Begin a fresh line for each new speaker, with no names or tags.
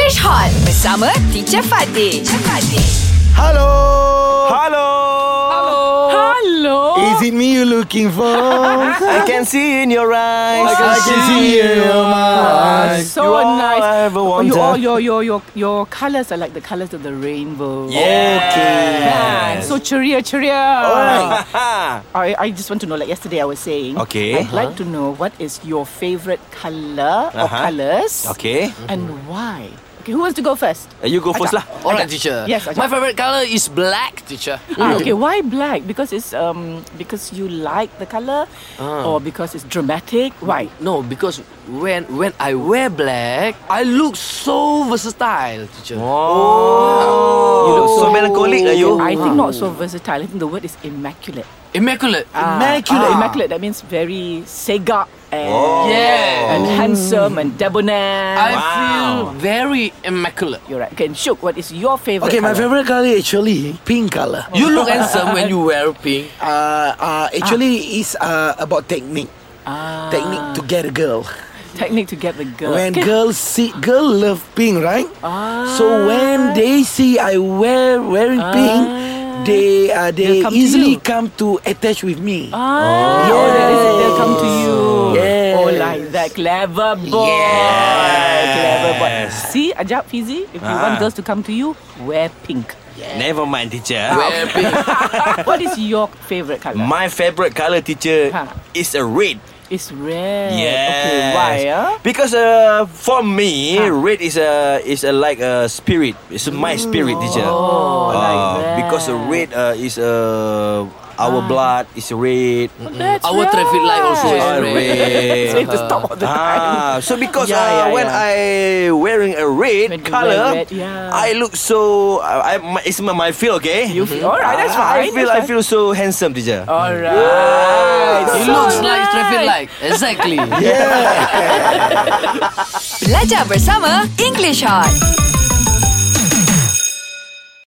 Fresh Hot bersama Teacher Fatih. Teacher Fatih.
Hello.
Hello.
Hello.
Is it me you looking for?
I can see in your eyes.
I can see you in your eyes.
So
you all
nice.
I ever
Oh,
wanted.
you, all your your your your colors are like the colors of the rainbow.
Yes.
So cheerio, cheerio.
Alright.
I, I just want to know, like yesterday I was saying.
Okay.
I'd like to know what is your favorite color or
Uh-huh.
colors,
okay.
and why. Okay, who wants to go first?
Uh, You go first lah.
Alright, teacher.
Yes, Ajak.
My favorite color is black, teacher.
Ah, okay, why black? Because it's um because you like the color,
Ah.
or because it's dramatic. Why?
No, because when when I wear black, I look so versatile, teacher.
Oh. You look so melancholic lah you.
I think not so versatile. I think the word is immaculate.
Immaculate.
Ah. immaculate. Immaculate. That means very sega and
Yeah.
and handsome and debonair.
I
Wow.
feel very immaculate.
You're right. Okay, and Shuk, what is your favorite?
Okay, my
colour?
favorite color actually pink color.
You look handsome when you wear pink.
Uh, uh, actually is uh, about technique.
Ah,
Technique to get a girl.
technique to get the girl.
When
Okay.
girls see girl love pink, right?
Ah.
So when they see I wear wearing pink, they
Ah.
uh, they
They'll come to
easily
you.
come to attach with me.
Ah,
Oh.
oh, that is it. They'll come to you.
Yes.
Oh, like that. Clever boy. Clever boy. See, Ajab Fizi, if you want
Ah.
girls to come to you, wear pink.
Never mind teacher.
Wear pink.
what is your favorite color?
My favorite color teacher
Huh.
is a red.
it's red.
Yes.
Okay, why? ah? Ha.
Because uh, for me,
Huh.
red is a is a like a spirit. It's my spirit, teacher. Ah,
Oh, like that. Ah.
because the red uh, is uh, our blood is red.
That's
Our traffic light also is
Ah,
red.
red.
So you have to stop all the time.
Ah, so because
Yeah,
uh,
yeah,
when
yeah.
I wearing a red
When you
color,
wear red, yeah.
I look so. I, I my, it's my, my feel okay. Mm-hmm.
You feel- alright, that's
I- I
fine,
feel
that's
I feel so handsome, teacher.
All right.
It looks like traffic light. Exactly.
Belajar bersama English Hot.